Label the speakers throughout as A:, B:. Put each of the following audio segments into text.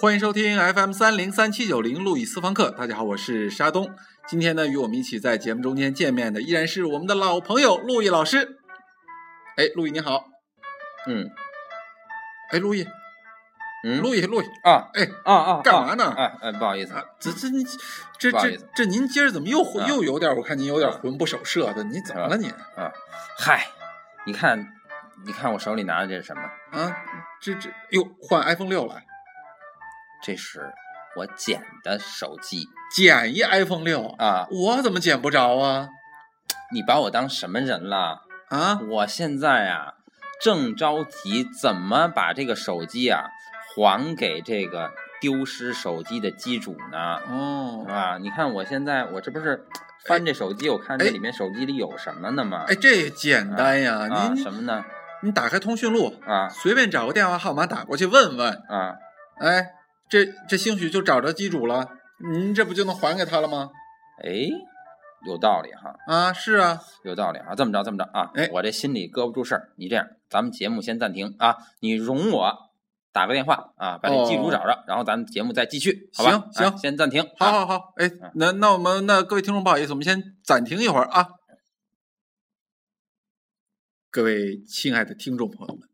A: 欢迎收听 FM 三零三七九零路易私房课。大家好，我是沙东。今天呢，与我们一起在节目中间见面的依然是我们的老朋友路易老师。哎，路易你好。嗯。哎，路易，
B: 嗯，
A: 路易，路易，
B: 啊
A: 哎，
B: 啊啊，
A: 干嘛呢
B: 啊哎哎，不好意思，
A: 啊，这这你这
B: 不好
A: 这
B: 意思
A: 这您今儿怎么又
B: 啊
A: 又有点？我看您有点魂不守舍的，你怎么了你？
B: 啊嗨，你看，你看我手里拿的这是什么？
A: 啊，这这哟，换 iPhone 六了，
B: 这是我捡的手机
A: 捡一 iPhone 六，
B: 啊！
A: 我怎么捡不着啊？
B: 你把我当什么人了？
A: 啊，
B: 我现在啊，正着急怎么把这个手机啊还给这个丢失手机的机主呢？
A: 哦，
B: 啊，你看我现在我这不是翻这手机，我看这里面手机里有什么呢吗？
A: 哎，这简单呀，
B: 啊，
A: 您
B: 什么呢？
A: 你打开通讯录，
B: 啊
A: 随便找个电话号码打过去问问，
B: 啊，
A: 哎，这这兴许就找着机主了，您这不就能还给他了吗？
B: 哎，有道理哈。
A: 啊，是啊，
B: 有道理啊，这么着，这么着啊，
A: 哎
B: 我这心里搁不住事儿。你这样，咱们节目先暂停啊，你容我打个电话啊，把这机主
A: 哦
B: 找着，然后咱们节目再继续，好吧？
A: 行
B: 哎
A: 行
B: 先暂停。
A: 好
B: 啊，
A: 好好，哎，那那我们那各位听众不好意思，我们先暂停一会儿啊。各位亲爱的听众朋友们，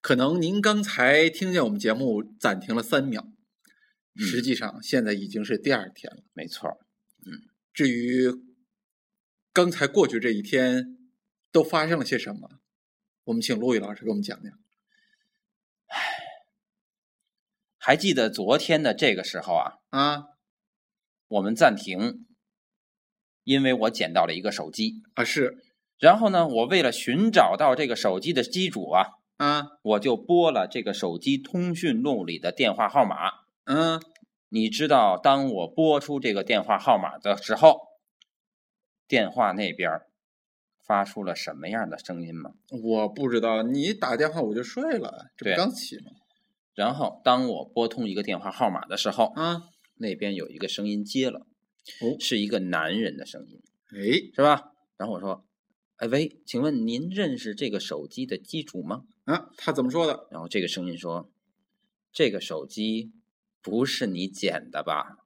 A: 可能您刚才听见我们节目暂停了三秒，
B: 嗯
A: 实际上现在已经是第二天了。
B: 没错儿，
A: 至于刚才过去这一天都发生了些什么，我们请陆毅老师给我们讲讲。
B: 还记得昨天的这个时候啊，
A: 啊
B: 我们暂停，因为我捡到了一个手机，
A: 啊是
B: 然后呢，我为了寻找到这个手机的机主啊，
A: 啊
B: 我就拨了这个手机通讯录里的电话号码。
A: 嗯
B: 你知道，当我拨出这个电话号码的时候，电话那边儿发出了什么样的声音吗？
A: 我不知道你打电话我就睡了，这不
B: 对
A: 刚起吗？
B: 然后，当我拨通一个电话号码的时候，
A: 啊
B: 那边有一个声音接了，
A: 哦
B: 是一个男人的声音，
A: 哎。
B: 是吧？然后我说：“哎喂，请问您认识这个手机的机主吗
A: 啊，他怎么说的？”
B: 然后这个声音说：“这个手机不是你捡的吧？”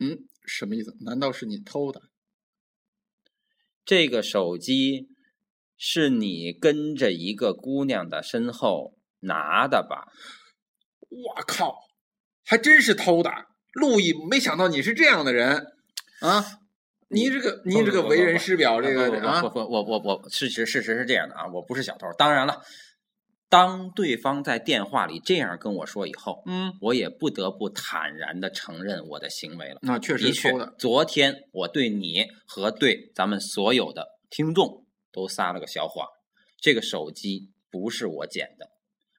A: 嗯，什么意思？难道是你偷的？
B: 这个手机是你跟着一个姑娘的身后拿的吧？
A: 我靠，还真是偷的！路易，没想到你是这样的人啊！你这个，你这个为人师表，这个
B: 啊，不
A: 啊，
B: 不，我我我事实事实是这样的啊，我不是小偷。当然了，当对方在电话里这样跟我说以后，
A: 嗯，
B: 我也不得不坦然的承认我的行为了。
A: 那确
B: 的
A: 实
B: 确
A: 偷的，，
B: 昨天我对你和对咱们所有的听众都撒了个小谎，这个手机不是我捡的。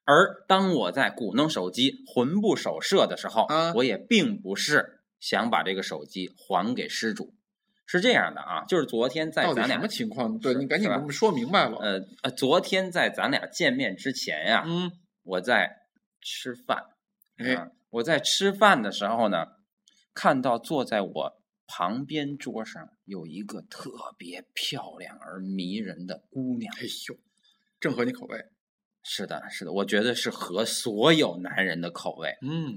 B: 而当我在鼓弄手机、魂不守舍的时候，
A: 啊
B: 我也并不是想把这个手机还给失主，是这样的啊，就是昨天在
A: 到底
B: 咱
A: 什
B: 俩
A: 么情况？对
B: 是
A: 你赶紧
B: 是
A: 给
B: 吧
A: 我们说明白了。
B: 呃呃，昨天在咱俩见面之前呀、
A: 嗯，
B: 我在吃饭，
A: 哎
B: 啊，我在吃饭的时候呢，看到坐在我旁边桌上有一个特别漂亮而迷人的姑娘。
A: 哎呦，正合你口味。
B: 是的，是的，我觉得是合所有男人的口味。
A: 嗯，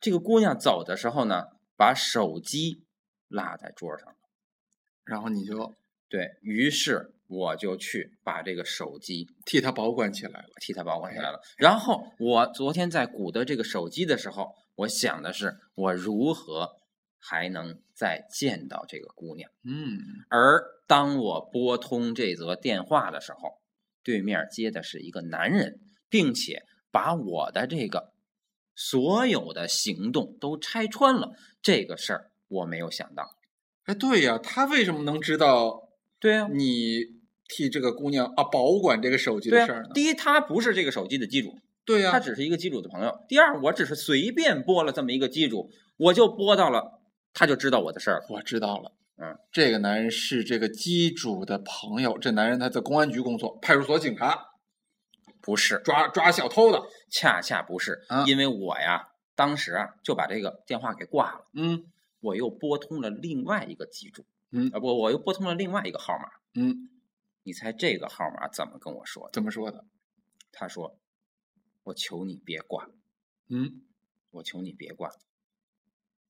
B: 这个姑娘走的时候呢，把手机落在桌上了。
A: 然后你就
B: 对于是，我就去把这个手机
A: 替他保管起来了。
B: 替他保管起来了。然后我昨天在鼓捣这个手机的时候，我想的是我如何还能再见到这个姑娘。
A: 嗯，
B: 而当我拨通这则电话的时候，对面接的是一个男人，并且把我的这个所有的行动都拆穿了。这个事儿我没有想到。
A: 哎，对呀，他为什么能知道
B: 对啊呀、
A: 你替这个姑娘啊保管这个手机
B: 对啊
A: 的
B: 呀、
A: 事儿呢？
B: 第一，他不是这个手机的机主，
A: 对呀
B: 他，只是一个机主的朋友。第二，我只是随便拨了这么一个机主，我就拨到了，他就知道我的事儿了。
A: 我知道了，
B: 嗯，
A: 这个男人是这个机主的朋友，这男人他在公安局工作，派出所警察，
B: 不是，
A: 抓抓小偷的。
B: 恰恰不是，
A: 啊
B: 因为我呀，当时啊就把这个电话给挂了，
A: 嗯
B: 我又拨通了另外一个机主，
A: 嗯
B: 啊不，我又拨通了另外一个号码。
A: 嗯，
B: 你猜这个号码怎么跟我说的？
A: 怎么说的？
B: 他说：“我求你别挂，
A: 嗯，
B: 我求你别挂，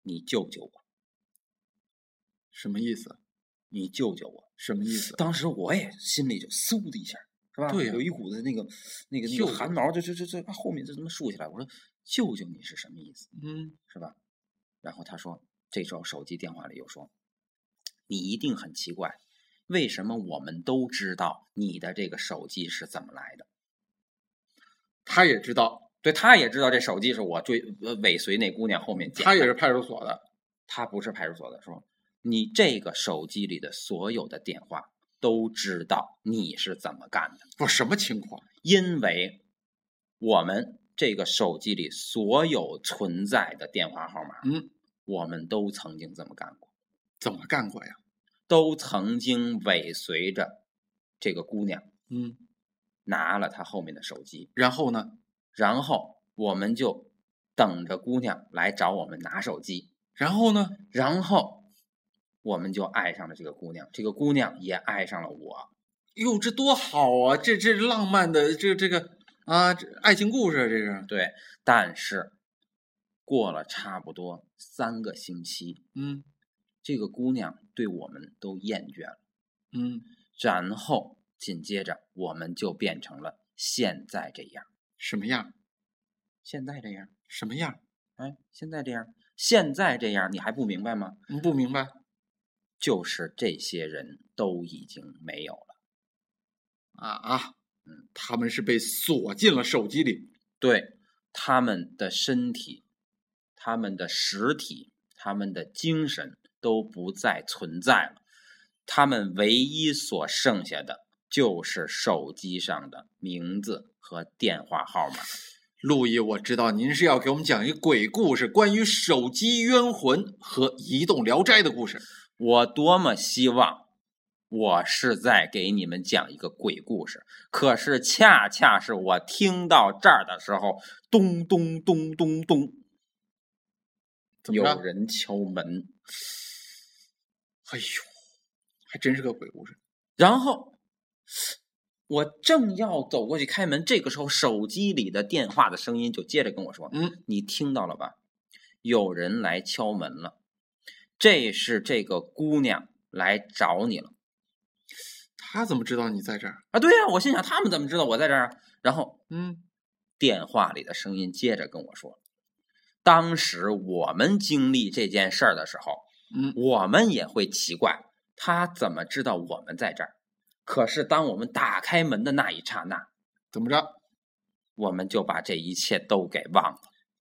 B: 你救救我，
A: 什么意思？
B: 你救救我。
A: 什么意思？
B: 当时我也心里就嗖的一下，是吧？
A: 对呀
B: 有一股子那个那个那
A: 嗅
B: 个
A: 觉
B: 汗毛，就就就就啊后面就这么竖起来。我说救救你是什么意思，
A: 嗯，
B: 是吧？然后他说，这时候手机电话里又说，你一定很奇怪，为什么我们都知道你的这个手机是怎么来的？
A: 他也知道，
B: 对，他也知道这手机是我追呃尾随那姑娘后面捡的。
A: 他也是派出所的。
B: 他不是派出所的，说你这个手机里的所有的电话都知道你是怎么干的。
A: 不，什么情况？
B: 因为我们这个手机里所有存在的电话号码，
A: 嗯，
B: 我们都曾经这么干过，
A: 怎么干过呀？
B: 都曾经尾随着这个姑娘，
A: 嗯，
B: 拿了她后面的手机，
A: 然后呢？
B: 然后我们就等着姑娘来找我们拿手机，
A: 然后呢？
B: 然后我们就爱上了这个姑娘，这个姑娘也爱上了我。
A: 哟，这多好啊！这这浪漫的，这这个啊，这爱情故事啊，这是。
B: 对，但是过了差不多三个星期，
A: 嗯
B: 这个姑娘对我们都厌倦了，
A: 嗯，
B: 然后紧接着我们就变成了现在这样，
A: 什么样？
B: 现在这样，
A: 什么样？
B: 哎，现在这样，现在这样，你还不明白吗？
A: 你不明白
B: 就是这些人都已经没有了。
A: 啊啊！他们是被锁进了手机里。
B: 对，他们的身体、他们的实体、他们的精神都不再存在了，他们唯一所剩下的就是手机上的名字和电话号码。
A: 陆毅，我知道您是要给我们讲一个鬼故事，关于手机冤魂和移动聊斋的故事。
B: 我多么希望我是在给你们讲一个鬼故事，可是恰恰是我听到这儿的时候，咚咚咚咚咚，
A: 怎么
B: 有
A: 着？
B: 人敲门，
A: 哎呦，还真是个鬼故事。
B: 然后我正要走过去开门，这个时候手机里的电话的声音就接着跟我说：“
A: 嗯，
B: 你听到了吧？有人来敲门了，这是这个姑娘来找你了。”
A: 他怎么知道你在这儿？
B: 啊，对呀、我心想他们怎么知道我在这儿啊？然后
A: 嗯，
B: 电话里的声音接着跟我说，当时我们经历这件事儿的时候，
A: 嗯
B: 我们也会奇怪他怎么知道我们在这儿。可是当我们打开门的那一刹那，
A: 怎么着？
B: 我们就把这一切都给忘了，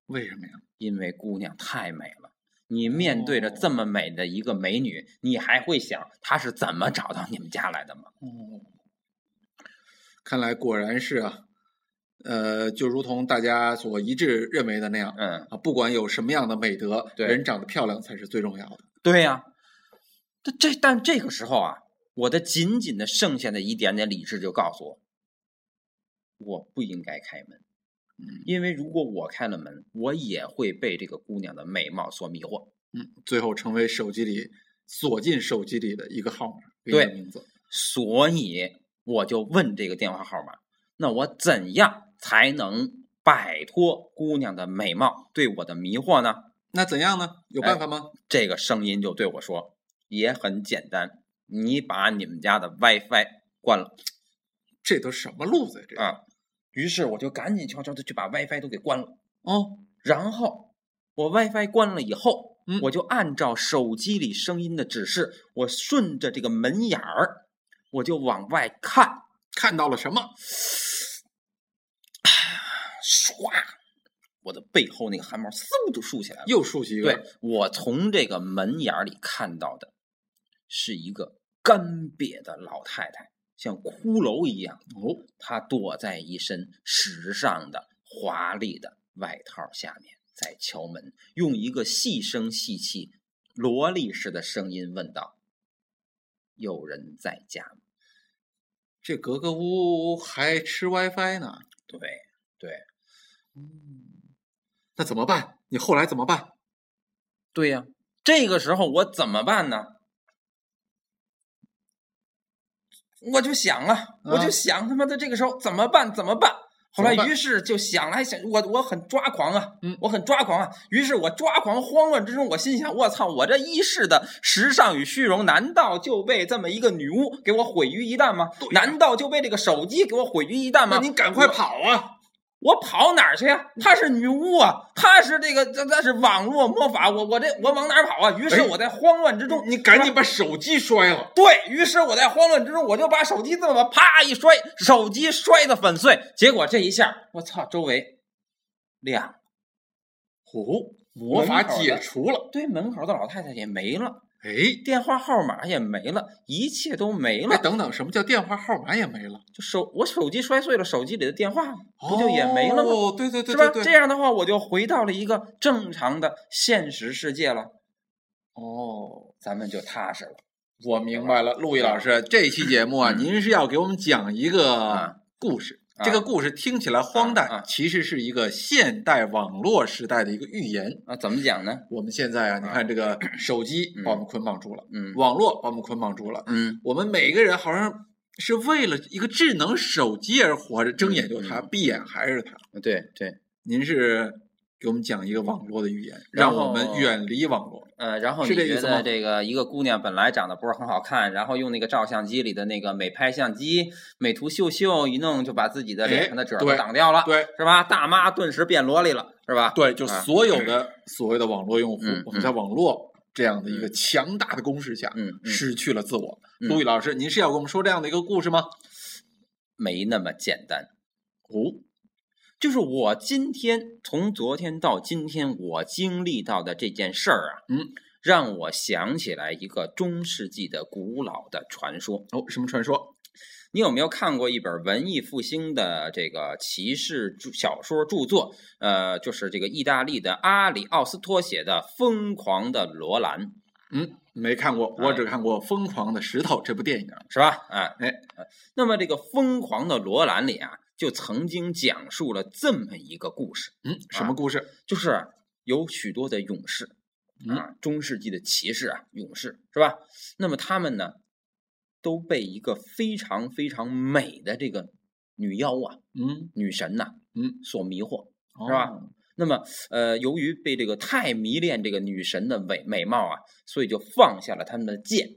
A: 为什么呀？
B: 因为姑娘太美了。你面对着这么美的一个美女，你还会想她是怎么找到你们家来的吗？
A: 哦，看来果然是啊，呃，就如同大家所一致认为的那样
B: 嗯，
A: 啊，不管有什么样的美德，
B: 对
A: 人长得漂亮才是最重要的。
B: 对呀、这这但这个时候啊，我的仅仅的剩下的一点点理智就告诉我，我不应该开门，因为如果我开了门，我也会被这个姑娘的美貌所迷惑。
A: 嗯，最后成为手机里锁进手机里的一个号码，一
B: 对
A: 个名字。
B: 所以我就问这个电话号码，那我怎样才能摆脱姑娘的美貌对我的迷惑呢？
A: 那怎样呢？有办法吗？
B: 这个声音就对我说，也很简单，你把你们家的 WiFi 关了。
A: 这都什么路子呀、这
B: 啊，于是我就赶紧悄悄的去把 WiFi 都给关了。
A: 哦，
B: 然后我 WiFi 关了以后，
A: 嗯
B: 我就按照手机里声音的指示，我顺着这个门眼儿，我就往外看，
A: 看到了什么？
B: 唰，我的背后那个汗毛嗖就竖起来了。
A: 又竖起一个
B: 对我从这个门眼儿里看到的是一个干瘪的老太太，像骷髅一样，
A: 哦，
B: 她躲在一身时尚的、华丽的外套下面，在敲门，用一个细声细气、萝莉式的声音问道：“有人在家吗
A: 这格格巫还吃 WiFi 呢。？”
B: 对，
A: 那怎么办？你后来怎么办？
B: 对呀、这个时候我怎么办呢？我就想啊，我
A: 啊
B: 啊就想他妈的这个时候怎么办？怎么办？后来
A: 嗯怎么办
B: 于是就想来想，我我很抓狂啊，
A: 嗯
B: 我很抓狂啊。于是我抓狂慌乱之中，我心想，我操，我这一世的时尚与虚荣，难道就被这么一个女巫给我毁于一旦吗？
A: 对呀
B: 难道就被这个手机给我毁于一旦吗？
A: 那你赶快跑啊！
B: 我跑哪儿去呀、
A: 嗯
B: 她是女巫啊，她是这个这这是网络魔法，我我这我往哪儿跑啊？于是
A: 哎
B: 我在慌乱之中，
A: 你赶
B: 是
A: 紧
B: 吧。
A: 把手机摔了。
B: 对于是，我在慌乱之中，我就把手机这么啪一摔，手机摔得粉碎。结果这一下，我操，周围亮了，
A: 哦，
B: 魔
A: 魔法
B: 口的
A: 解除了。
B: 对门口的老太太也没了，
A: 哎，
B: 电话号码也没了，一切都没
A: 哎，
B: 了。
A: 等等，什么叫电话号码也没了？
B: 就手我手机摔碎了，手机里的电话不就也没了吗？
A: 哦，对对对
B: 是吧
A: 对？
B: 这
A: 对。
B: 样的话，我就回到了一个正常的现实世界了。哦，咱们就踏实了。
A: 我明白了，陆毅老师，这期节目啊，
B: 嗯
A: 您是要给我们讲一个
B: 啊
A: 故事。
B: 啊
A: 这个故事听起来荒诞，
B: 啊啊
A: 其实是一个现代网络时代的一个预言。
B: 啊，怎么讲呢？
A: 我们现在啊，你看这个手机
B: 嗯
A: 把我们捆绑住了，
B: 嗯
A: 网络把我们捆绑住了，
B: 嗯
A: 我们每个人好像是为了一个智能手机而活着，睁眼就是它，
B: 嗯
A: 闭眼还是它。，
B: 对对。
A: 您是给我们讲一个网络的语言，让我
B: 然
A: 们
B: 后
A: 远离网络。
B: 呃，然后
A: 是
B: 你
A: 这意
B: 觉
A: 思吗
B: 得这个一个姑娘本来长得不是很好看，然后用那个照相机里的那个美拍相机、美图秀秀一弄，就把自己的
A: 哎
B: 脸上的褶儿
A: 对
B: 都挡掉了，
A: 对
B: 是吧？大妈顿时变萝莉了，是吧？
A: 对，就
B: 啊
A: 所有的、所谓的网络用户
B: 嗯，
A: 我们在网络这样的一个强大的攻势下，
B: 嗯，嗯
A: 失去了自我。
B: 嗯
A: 陆毅老师，您是要给我们说这样的一个故事吗？
B: 没那么简单。哦，就是我今天从昨天到今天我经历到的这件事儿啊，
A: 嗯，
B: 让我想起来一个中世纪的古老的传说。
A: 哦，什么传说？
B: 你有没有看过一本文艺复兴的这个骑士著小说著作？呃，就是这个意大利的阿里奥斯托写的《疯狂的罗兰》，
A: 嗯，没看过，
B: 哎
A: 我只看过《疯狂的石头》这部电影。
B: 是吧？哎
A: 哎，
B: 那么这个《疯狂的罗兰》里啊，就曾经讲述了这么一个故事，
A: 嗯，什么故事？
B: 就是有许多的勇士
A: 嗯
B: 啊，中世纪的骑士啊，勇士是吧？那么他们呢，都被一个非常非常美的这个女妖啊，
A: 嗯，
B: 女神呐、
A: 嗯，
B: 所迷惑。
A: 是
B: 是吧？
A: 哦
B: 那么，呃，由于被这个太迷恋这个女神的美美貌啊，所以就放下了他们的剑，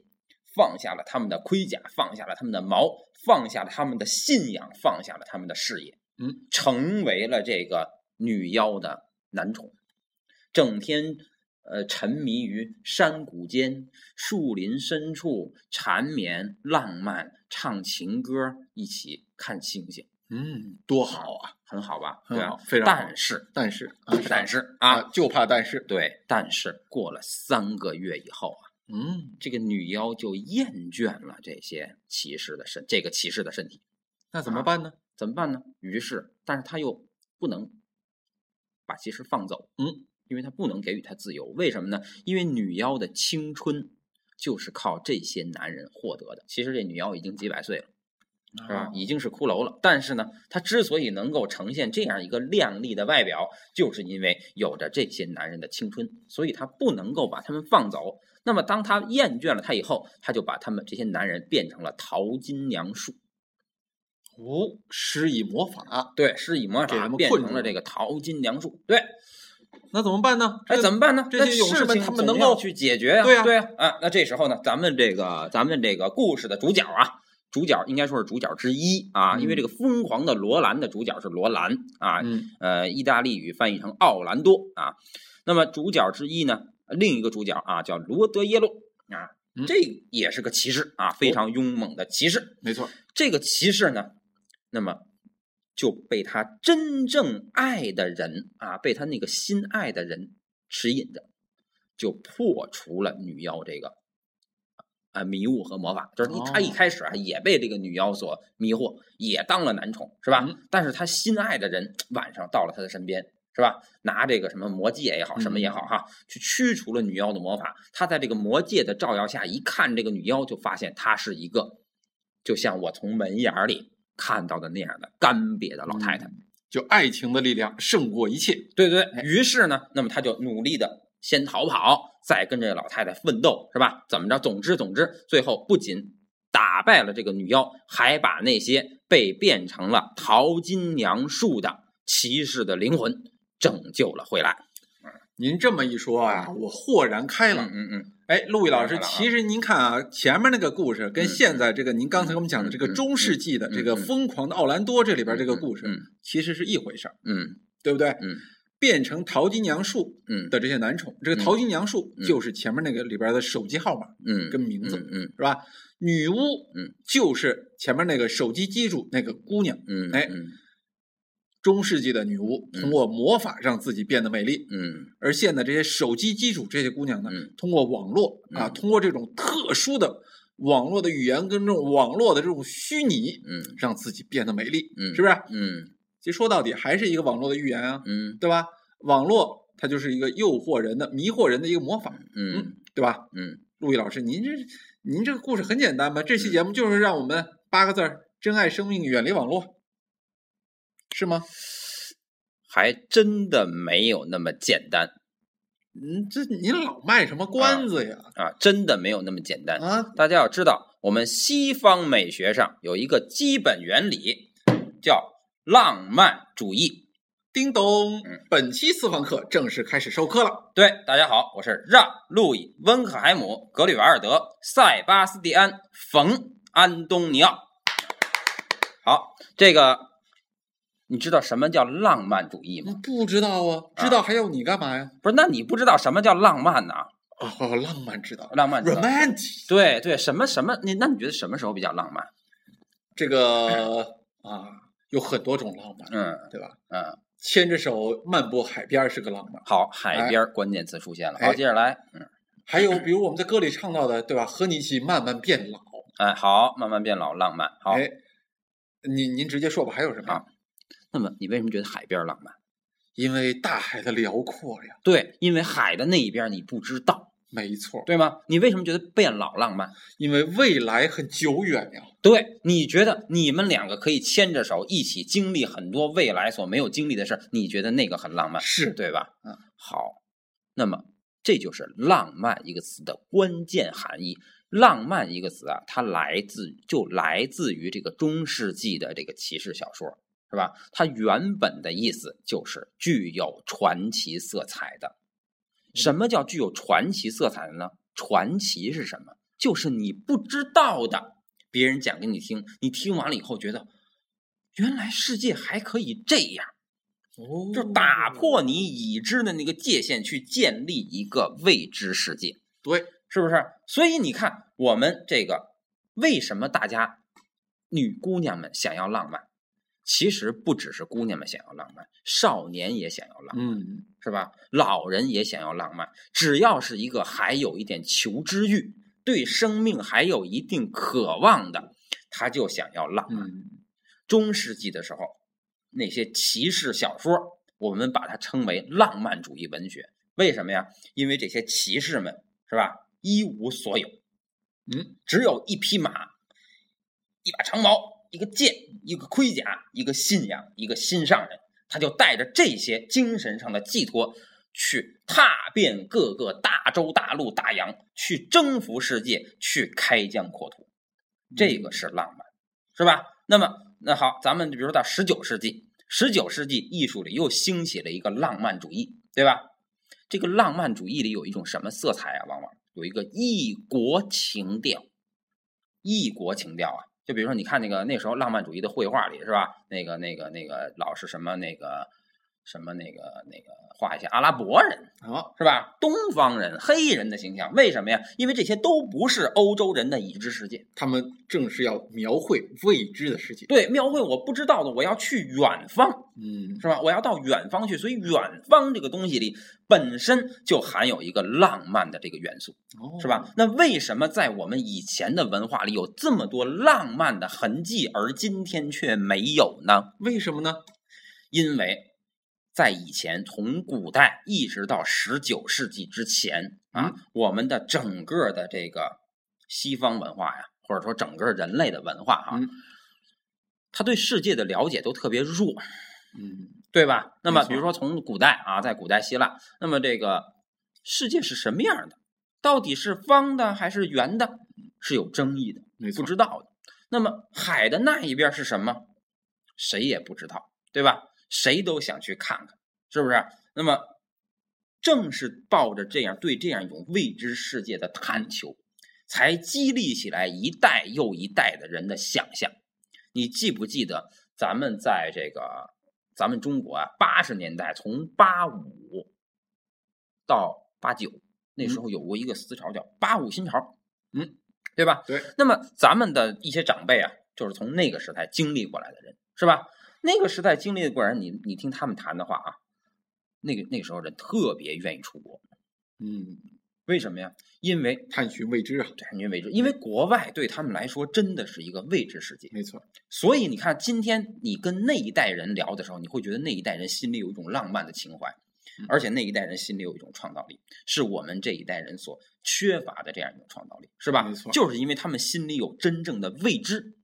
B: 放下了他们的盔甲，放下了他们的矛，放下了他们的信仰，放下了他们的事业，
A: 嗯，
B: 成为了这个女妖的男宠，整天呃沉迷于山谷间、树林深处，缠绵浪漫，唱情歌，一起看星星，
A: 嗯，多好啊！
B: 很好吧？
A: 很
B: 对吧
A: 好非常好
B: 但是。
A: 但是，
B: 但是
A: 啊
B: 啊，，
A: 就怕但是。
B: 对，但是过了三个月以后啊，
A: 嗯，
B: 这个女妖就厌倦了这些骑士的身，这个骑士的身体，
A: 那
B: 啊
A: 怎么办呢？
B: 怎么办呢？于是，但是她又不能把骑士放走，
A: 嗯，
B: 因为她不能给予他自由，为什么呢？因为女妖的青春就是靠这些男人获得的。其实这女妖已经几百岁了。是
A: 啊
B: 吧？啊已经是骷髅了。但是呢，她之所以能够呈现这样一个靓丽的外表，就是因为有着这些男人的青春，所以她不能够把他们放走。那么，当她厌倦了他以后，她就把他们这些男人变成了淘金娘术，
A: 哦，施以魔法，
B: 对，施以魔
A: 给他
B: 法
A: 们
B: 变
A: 困
B: 成
A: 住
B: 了
A: 了
B: 这个淘金娘术，对。
A: 那怎么办呢？
B: 哎，怎么办呢？
A: 这
B: 那
A: 些勇
B: 事
A: 士们
B: 情
A: 他们
B: 总
A: 能
B: 要
A: 够
B: 去解决呀、
A: 对呀
B: 对呀、啊，那这时候呢，咱们这个咱们这个故事的主角啊，主角应该说是主角之一啊，因为这个疯狂的罗兰的主角是罗兰啊，
A: 嗯
B: 呃，意大利语翻译成奥兰多啊。那么主角之一呢，另一个主角啊叫罗德耶洛啊
A: 嗯，
B: 这也是个骑士啊，非常勇猛的骑士。
A: 没错，
B: 这个骑士呢，那么就被他真正爱的人啊，被他那个心爱的人指引着，就破除了女妖这个啊迷雾和魔法。就是一他一
A: 哦
B: 开始啊，也被这个女妖所迷惑，也当了男宠，是吧？
A: 嗯
B: 但是他心爱的人晚上到了他的身边。是吧？拿这个什么魔戒也好，什么也好哈，去驱除了女妖的魔法。他在这个魔戒的照耀下，一看这个女妖，就发现她是一个，就像我从门眼儿里看到的那样的干瘪的老太太。
A: 就爱情的力量胜过一切。
B: 对对，于是呢，那么他就努力的先逃跑，再跟这个老太太奋斗，是吧？怎么着？总之，总之，最后不仅打败了这个女妖，还把那些被变成了淘金娘术的骑士的灵魂拯救了回来。
A: 您这么一说啊，我豁然开
B: 嗯
A: 朗。
B: 嗯嗯，
A: 哎，陆毅老
B: 明
A: 师，
B: 白了啊
A: 其实您看啊，前面那个故事跟
B: 嗯
A: 现在这个您刚才给我们讲的这个
B: 嗯嗯
A: 中世纪的这
B: 嗯
A: 个
B: 嗯
A: 疯狂的奥兰多这里边这个故
B: 嗯
A: 事，其实是一回事儿，
B: 嗯
A: 对不对？
B: 嗯
A: 变成淘金娘术
B: 嗯
A: 的这些男宠，这个
B: 嗯
A: 淘金娘术
B: 嗯
A: 就是前面那个里边的手机号码
B: 嗯，
A: 跟名字，
B: 嗯
A: 是吧？女巫，
B: 嗯，
A: 就是前面那个手机机主那个姑娘，
B: 嗯，
A: 哎
B: 嗯
A: 中世纪的女巫
B: 嗯
A: 通过魔法让自己变得美丽，
B: 嗯
A: 而现在这些手机机主这些姑娘呢，
B: 嗯
A: 通过网络啊，
B: 嗯
A: 通过这种特殊的网络的语言跟这种网络的这种虚拟，
B: 嗯
A: 让自己变得美丽，
B: 嗯
A: 是不是？
B: 嗯
A: 其实说到底还是一个网络的预言啊，
B: 嗯
A: 对吧？网络它就是一个诱惑人的、迷惑人的一个魔法，
B: 嗯
A: 对吧？
B: 嗯，
A: 陆毅老师，您这您这个故事很简单吧？这期节目就是让我们八个字儿：珍爱生命，远离网络，是吗？
B: 还真的没有那么简单
A: 嗯，这您老卖什么关子呀？
B: 啊，真的没有那么简单。
A: 啊，
B: 大家要知道，我们西方美学上有一个基本原理，叫浪漫主义。
A: 叮咚
B: 嗯！
A: 本期私房课正式开始授课了。
B: 对，大家好，我是让·路易·温克海姆·格里瓦尔德·塞巴斯蒂安·冯·安东尼奥。好，这个你知道什么叫浪漫主义吗？
A: 嗯不知道啊，
B: 啊
A: 知道还要你干嘛呀？
B: 不是，那你不知道什么叫浪漫呐、
A: 哦，浪漫知道
B: 浪漫主义
A: ，romantic
B: 对对，什么什么？你那你觉得什么时候比较浪漫？
A: 这 个啊，有很多种浪漫，
B: 嗯
A: 对吧？
B: 嗯，
A: 牵着手漫步海边儿是个浪漫，
B: 好，海边儿关键词出现了。
A: 哎
B: 好，接着来，嗯。
A: 还 有比如我们在歌里唱到的，对吧？和你一起慢慢变老。
B: 哎，好，慢慢变老，浪漫。好，
A: 哎，您您直接说吧，还有什么呀
B: 好？那么你为什么觉得海边浪漫？
A: 因为大海的辽阔呀，
B: 对，因为海的那一边你不知道，
A: 没错，
B: 对吗？你为什么觉得变老浪漫？
A: 因为未来很久远呀。
B: 对，你觉得你们两个可以牵着手一起经历很多未来所没有经历的事儿，你觉得那个很浪漫，
A: 是
B: 对吧？
A: 嗯，
B: 好，那么这就是“浪漫”一个词的关键含义。浪漫一个词啊，它来自就来自于这个中世纪的这个骑士小说，是吧？它原本的意思就是具有传奇色彩的。什么叫具有传奇色彩的呢？传奇是什么？就是你不知道的，别人讲给你听，你听完了以后觉得，原来世界还可以这样。
A: 哦
B: 就打破你已知的那个界限，去建立一个未知世界，
A: 对，
B: 是不是？所以你看，我们这个为什么大家女姑娘们想要浪漫？其实不只是姑娘们想要浪漫，少年也想要浪漫，
A: 嗯，
B: 是吧？老人也想要浪漫。只要是一个还有一点求知欲，对生命还有一定渴望的，他就想要浪漫。
A: 嗯，
B: 中世纪的时候，那些骑士小说，我们把它称为浪漫主义文学。为什么呀？因为这些骑士们是吧，一无所有，
A: 嗯，
B: 只有一匹马、一把长矛、一个剑、一个盔甲、一个信仰、一个心上人，他就带着这些精神上的寄托。去踏遍各个大洲、大陆、大洋，去征服世界，去开疆扩土，这个是浪漫，是吧？那么那好，咱们比如到十九世纪，十九世纪艺术里又兴起了一个浪漫主义，对吧？这个浪漫主义里有一种什么色彩啊？往往有一个异国情调，异国情调啊。就比如说，你看那个那时候浪漫主义的绘画里是吧？那个那个那个老是什么那个什么那个那个画一些阿拉伯人，
A: 好，
B: 是吧？东方人、黑人的形象，为什么呀？因为这些都不是欧洲人的已知世界。
A: 他们正是要描绘未知的世界。
B: 对，描绘我不知道的，我要去远方，
A: 嗯，
B: 是吧？我要到远方去，所以远方这个东西里本身就含有一个浪漫的这个元素，
A: 哦
B: 是吧？？那为什么在我们以前的文化里有这么多浪漫的痕迹，而今天却没有呢？
A: 为什么呢？
B: 因为在以前，从古代一直到十九世纪之前啊，我们的整个的这个西方文化呀，或者说整个人类的文化啊，
A: 嗯
B: 他对世界的了解都特别弱，
A: 嗯，
B: 对吧？那么
A: 没错
B: 比如说从古代啊，在古代希腊，那么这个世界是什么样的？到底是方的还是圆的？是有争议的，
A: 没
B: 不
A: 错，
B: 知道的。那么海的那一边是什么？谁也不知道，对吧？谁都想去看看，是不是？那么，正是抱着这样对这样一种未知世界的探求，才激励起来一代又一代的人的想象。你记不记得咱们在这个咱们中国啊，八十年代从八五到八九那
A: 嗯
B: 时候有过一个思潮叫“八五新潮”，嗯，对吧？
A: 对。
B: 那么咱们的一些长辈啊，就是从那个时代经历过来的人，是吧？那个时代经历过来，你你听他们谈的话啊，那个那个时候人特别愿意出国，
A: 嗯，
B: 为什么呀？因为
A: 探寻未知啊，
B: 感觉未知，因为国外对他们来说真的是一个未知世界。
A: 没错，
B: 所以你看，今天你跟那一代人聊的时候，你会觉得那一代人心里有一种浪漫的情怀
A: 嗯，
B: 而且那一代人心里有一种创造力，是我们这一代人所缺乏的这样一种创造力，是吧
A: 没错？
B: 就是因为他们心里有真正的未知。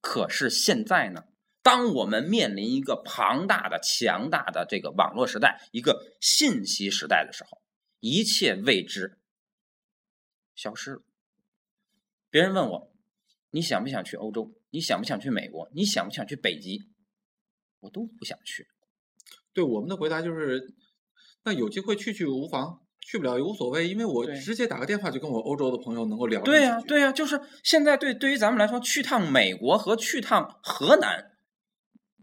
B: 可是现在呢，当我们面临一个庞大的、强大的这个网络时代、一个信息时代的时候，一切未知消失了。别人问我，你想不想去欧洲？你想不想去美国？你想不想去北极？我都不想去。
A: 对我们的回答就是，那有机会去去无妨，去不了也无所谓，因为我
B: 对
A: 直接打个电话就跟我欧洲的朋友能够聊上
B: 对
A: 几
B: 呀、
A: 句
B: 对呀、就是现在对对于咱们来说，去趟美国和去趟河南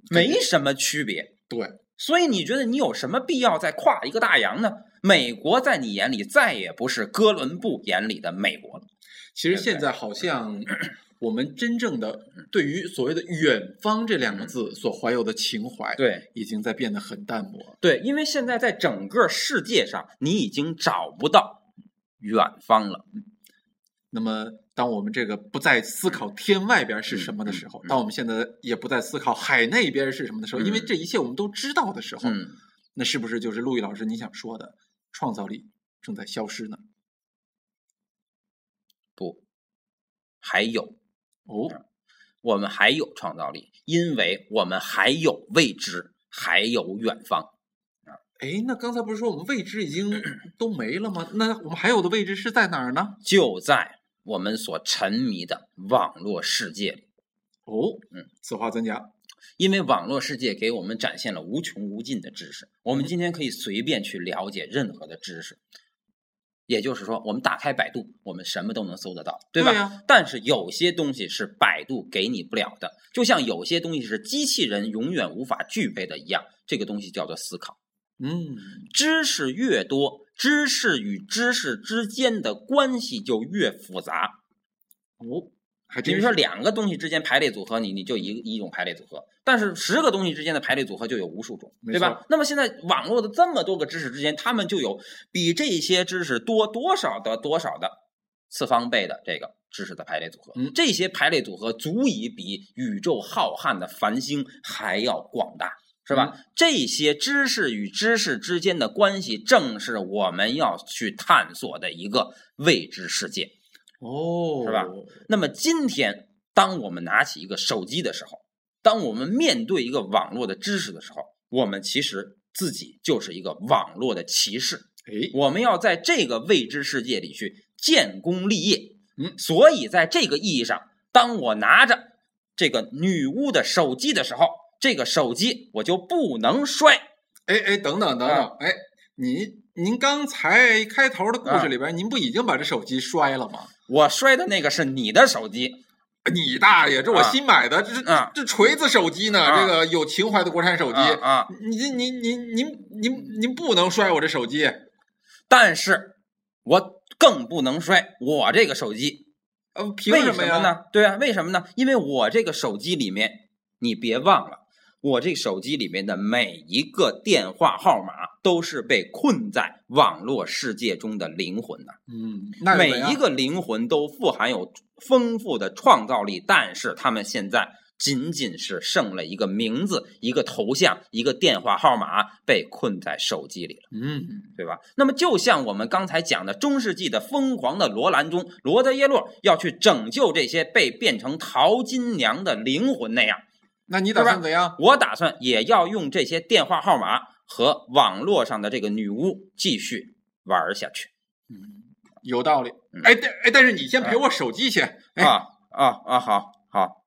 B: 没什么区别。
A: 对，
B: 所以你觉得你有什么必要再跨一个大洋呢？美国在你眼里再也不是哥伦布眼里的美国了。
A: 其实
B: 对不
A: 现
B: 对
A: 在好像 我们真正的对于所谓的远方这两个字所怀有的情怀，
B: 对
A: 已经在变得很淡漠了。
B: 对，因为现在在整个世界上，你已经找不到远方了。
A: 那么，当我们这个不再思考天外边是什么的时候
B: 嗯嗯，嗯
A: 当我们现在也不再思考海那边是什么的时候，
B: 嗯
A: 因为这一切我们都知道的时候，
B: 嗯，
A: 那是不是就是陆毅老师你想说的，创造力正在消失呢？
B: 不，还有
A: 哦，
B: 我们还有创造力，因为我们还有未知，还有远方。
A: 哎，那刚才不是说我们未知已 经都没了吗？那我们还有的未知是在哪儿呢？
B: 就在我们所沉迷的网络世界里，
A: 哦，
B: 嗯，
A: 此话怎讲？
B: 因为网络世界给我们展现了无穷无尽的知识，我们今天可以随便去了解任何的知识。也就是说，我们打开百度，我们什么都能搜得到，对吧？
A: 对呀
B: 但是有些东西是百度给你不了的，就像有些东西是机器人永远无法具备的一样，这个东西叫做思考。
A: 嗯，
B: 知识越多，知识与知识之间的关系就越复杂。
A: 哦，还
B: 比
A: 真
B: 如
A: 是
B: 说两个东西之间排列组合，你你就一一种排列组合，但是十个东西之间的排列组合就有无数种，
A: 没
B: 对吧？那么现在网络的这么多个知识之间，他们就有比这些知识多多少的多少的次方倍的这个知识的排列组合。
A: 嗯
B: 这些排列组合足以比宇宙浩瀚的繁星还要广大。是吧？
A: 嗯
B: 这些知识与知识之间的关系，正是我们要去探索的一个未知世界。
A: 哦，
B: 是吧？那么今天，当我们拿起一个手机的时候，当我们面对一个网络的知识的时候，我们其实自己就是一个网络的骑士。
A: 哎，
B: 我们要在这个未知世界里去建功立业。
A: 嗯
B: 所以在这个意义上，当我拿着这个女巫的手机的时候，这个手机我就不能摔。
A: 哎哎，等等等等
B: 啊，
A: 哎，您您刚才开头的故
B: 啊
A: 事里边，您不已经把这手机摔了吗？
B: 我摔的那个是你的手机，
A: 你大爷，这我
B: 啊
A: 新买的，这这
B: 啊
A: 这锤子手机呢？
B: 啊
A: 这个有情怀的国产手机，
B: 啊啊！
A: 您您您您您您不能摔我这手机，
B: 但是我更不能摔我这个手机。
A: 呃，凭
B: 为
A: 什
B: 什
A: 呀？
B: 呢？对啊，为什么呢？因为我这个手机里面，你别忘了，我这手机里面的每一个电话号码都是被困在网络世界中的灵魂的，
A: 嗯，那
B: 每
A: 又怎样
B: 一个灵魂都富含有丰富的创造力，但是他们现在。仅仅是剩了一个名字、一个头像、一个电话号码，被困在手机里了。
A: 嗯，
B: 对吧？那么就像我们刚才讲的，中世纪的疯狂的罗兰中，罗德耶洛要去拯救这些被变成淘金娘的灵魂那样，
A: 那你打
B: 是吧
A: 算怎样？
B: 我打算也要用这些电话号码和网络上的这个女巫继续玩下去。
A: 嗯，有道理
B: 嗯。
A: 哎，但哎，但是你先
B: 啊
A: 赔我手机钱。哎
B: 啊啊啊！好好，